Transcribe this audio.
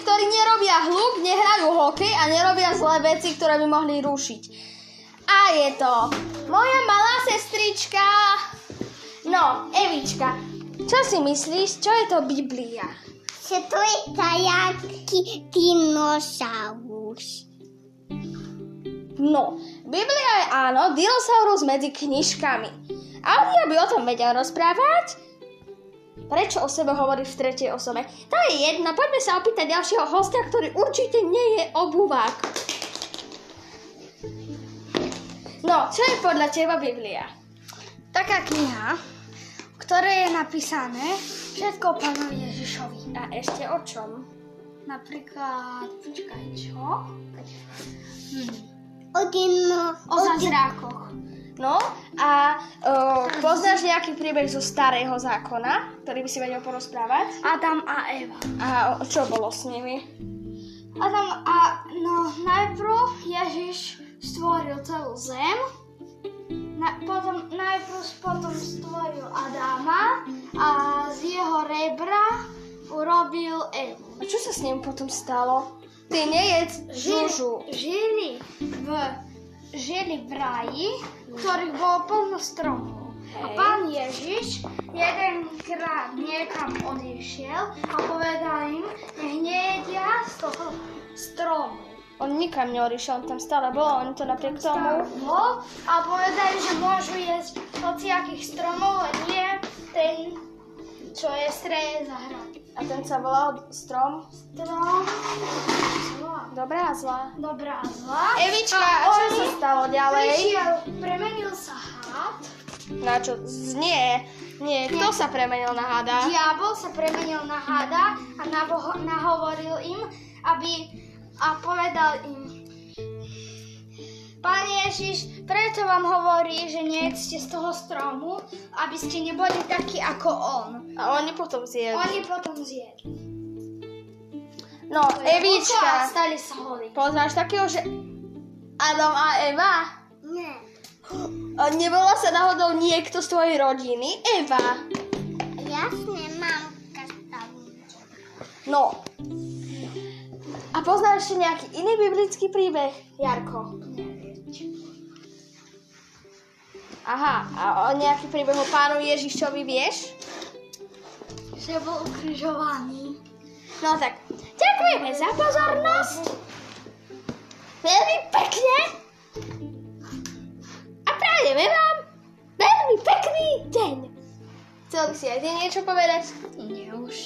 ktorí nerobia hluk, nehrajú hokej a nerobia zlé veci, ktoré by mohli rušiť. A je to moja malá sestrička, no, Evička. Čo si myslíš, čo je to Biblia? Že to je tajacký dinosaurus. No, Biblia je áno, dinosaurus medzi knižkami. Audia by o tom vedel rozprávať, prečo o sebe hovorí v tretej osobe. To je jedna, poďme sa opýtať ďalšieho hostia, ktorý určite nie je obuvák. No, čo je podľa teba Biblia? Taká kniha, v ktorej je napísané všetko o pánovi Ježišovi. A ešte o čom? Napríklad, počkaj, čo? Hm. O, dino, O zázrakoch. No, a uh, poznáš nejaký príbeh zo starého zákona, ktorý by si vedel porozprávať? Adam a Eva. A o- čo bolo s nimi? Adam a, no, najprv Ježiš stvoril celú zem, na, potom, najprv potom stvoril Adama a z jeho rebra urobil e, Evu. A čo sa s ním potom stalo? Ty nejedz žužu. Žili, žili, v, žili v raji, ktorých bolo plno stromov. A Hej. pán Ježiš jedenkrát niekam odišiel a povedal im, nech nejedia z toho stromu. On nikam neorišiel, on tam stále bol, a oni to napriek tomu... Bol a povedali, že môžu jesť hociakých stromov, len nie ten, čo je stred zahrady. A ten sa volal Strom. Strom, zlá. Dobrá a zlá. Dobrá a zlá. Evička, a čo oni sa stalo ďalej? Prišiel, premenil sa hád, Na čo? Z- Nie, nie. Kto sa premenil na hada? diabol sa premenil na hada a navoho- nahovoril im, aby a povedal im, Pán Ježiš, preto vám hovorí, že nejedzte z toho stromu, aby ste neboli takí ako on. A oni potom zjedli. Oni potom zjedli. No, A Evička. stali sa holí. Poznáš takého, že Adam a Eva? Nie. A nebola sa náhodou niekto z tvojej rodiny? Eva. Jasne, mamka stavuje. No. A poznáš ešte nejaký iný biblický príbeh, Jarko? Aha, a o nejaký príbeh o pánu Ježišovi vieš? Že bol ukrižovaný. No tak, ďakujeme za pozornosť. Veľmi pekne. A prajeme vám veľmi pekný deň. Chcel by si aj ty niečo povedať? Nie už.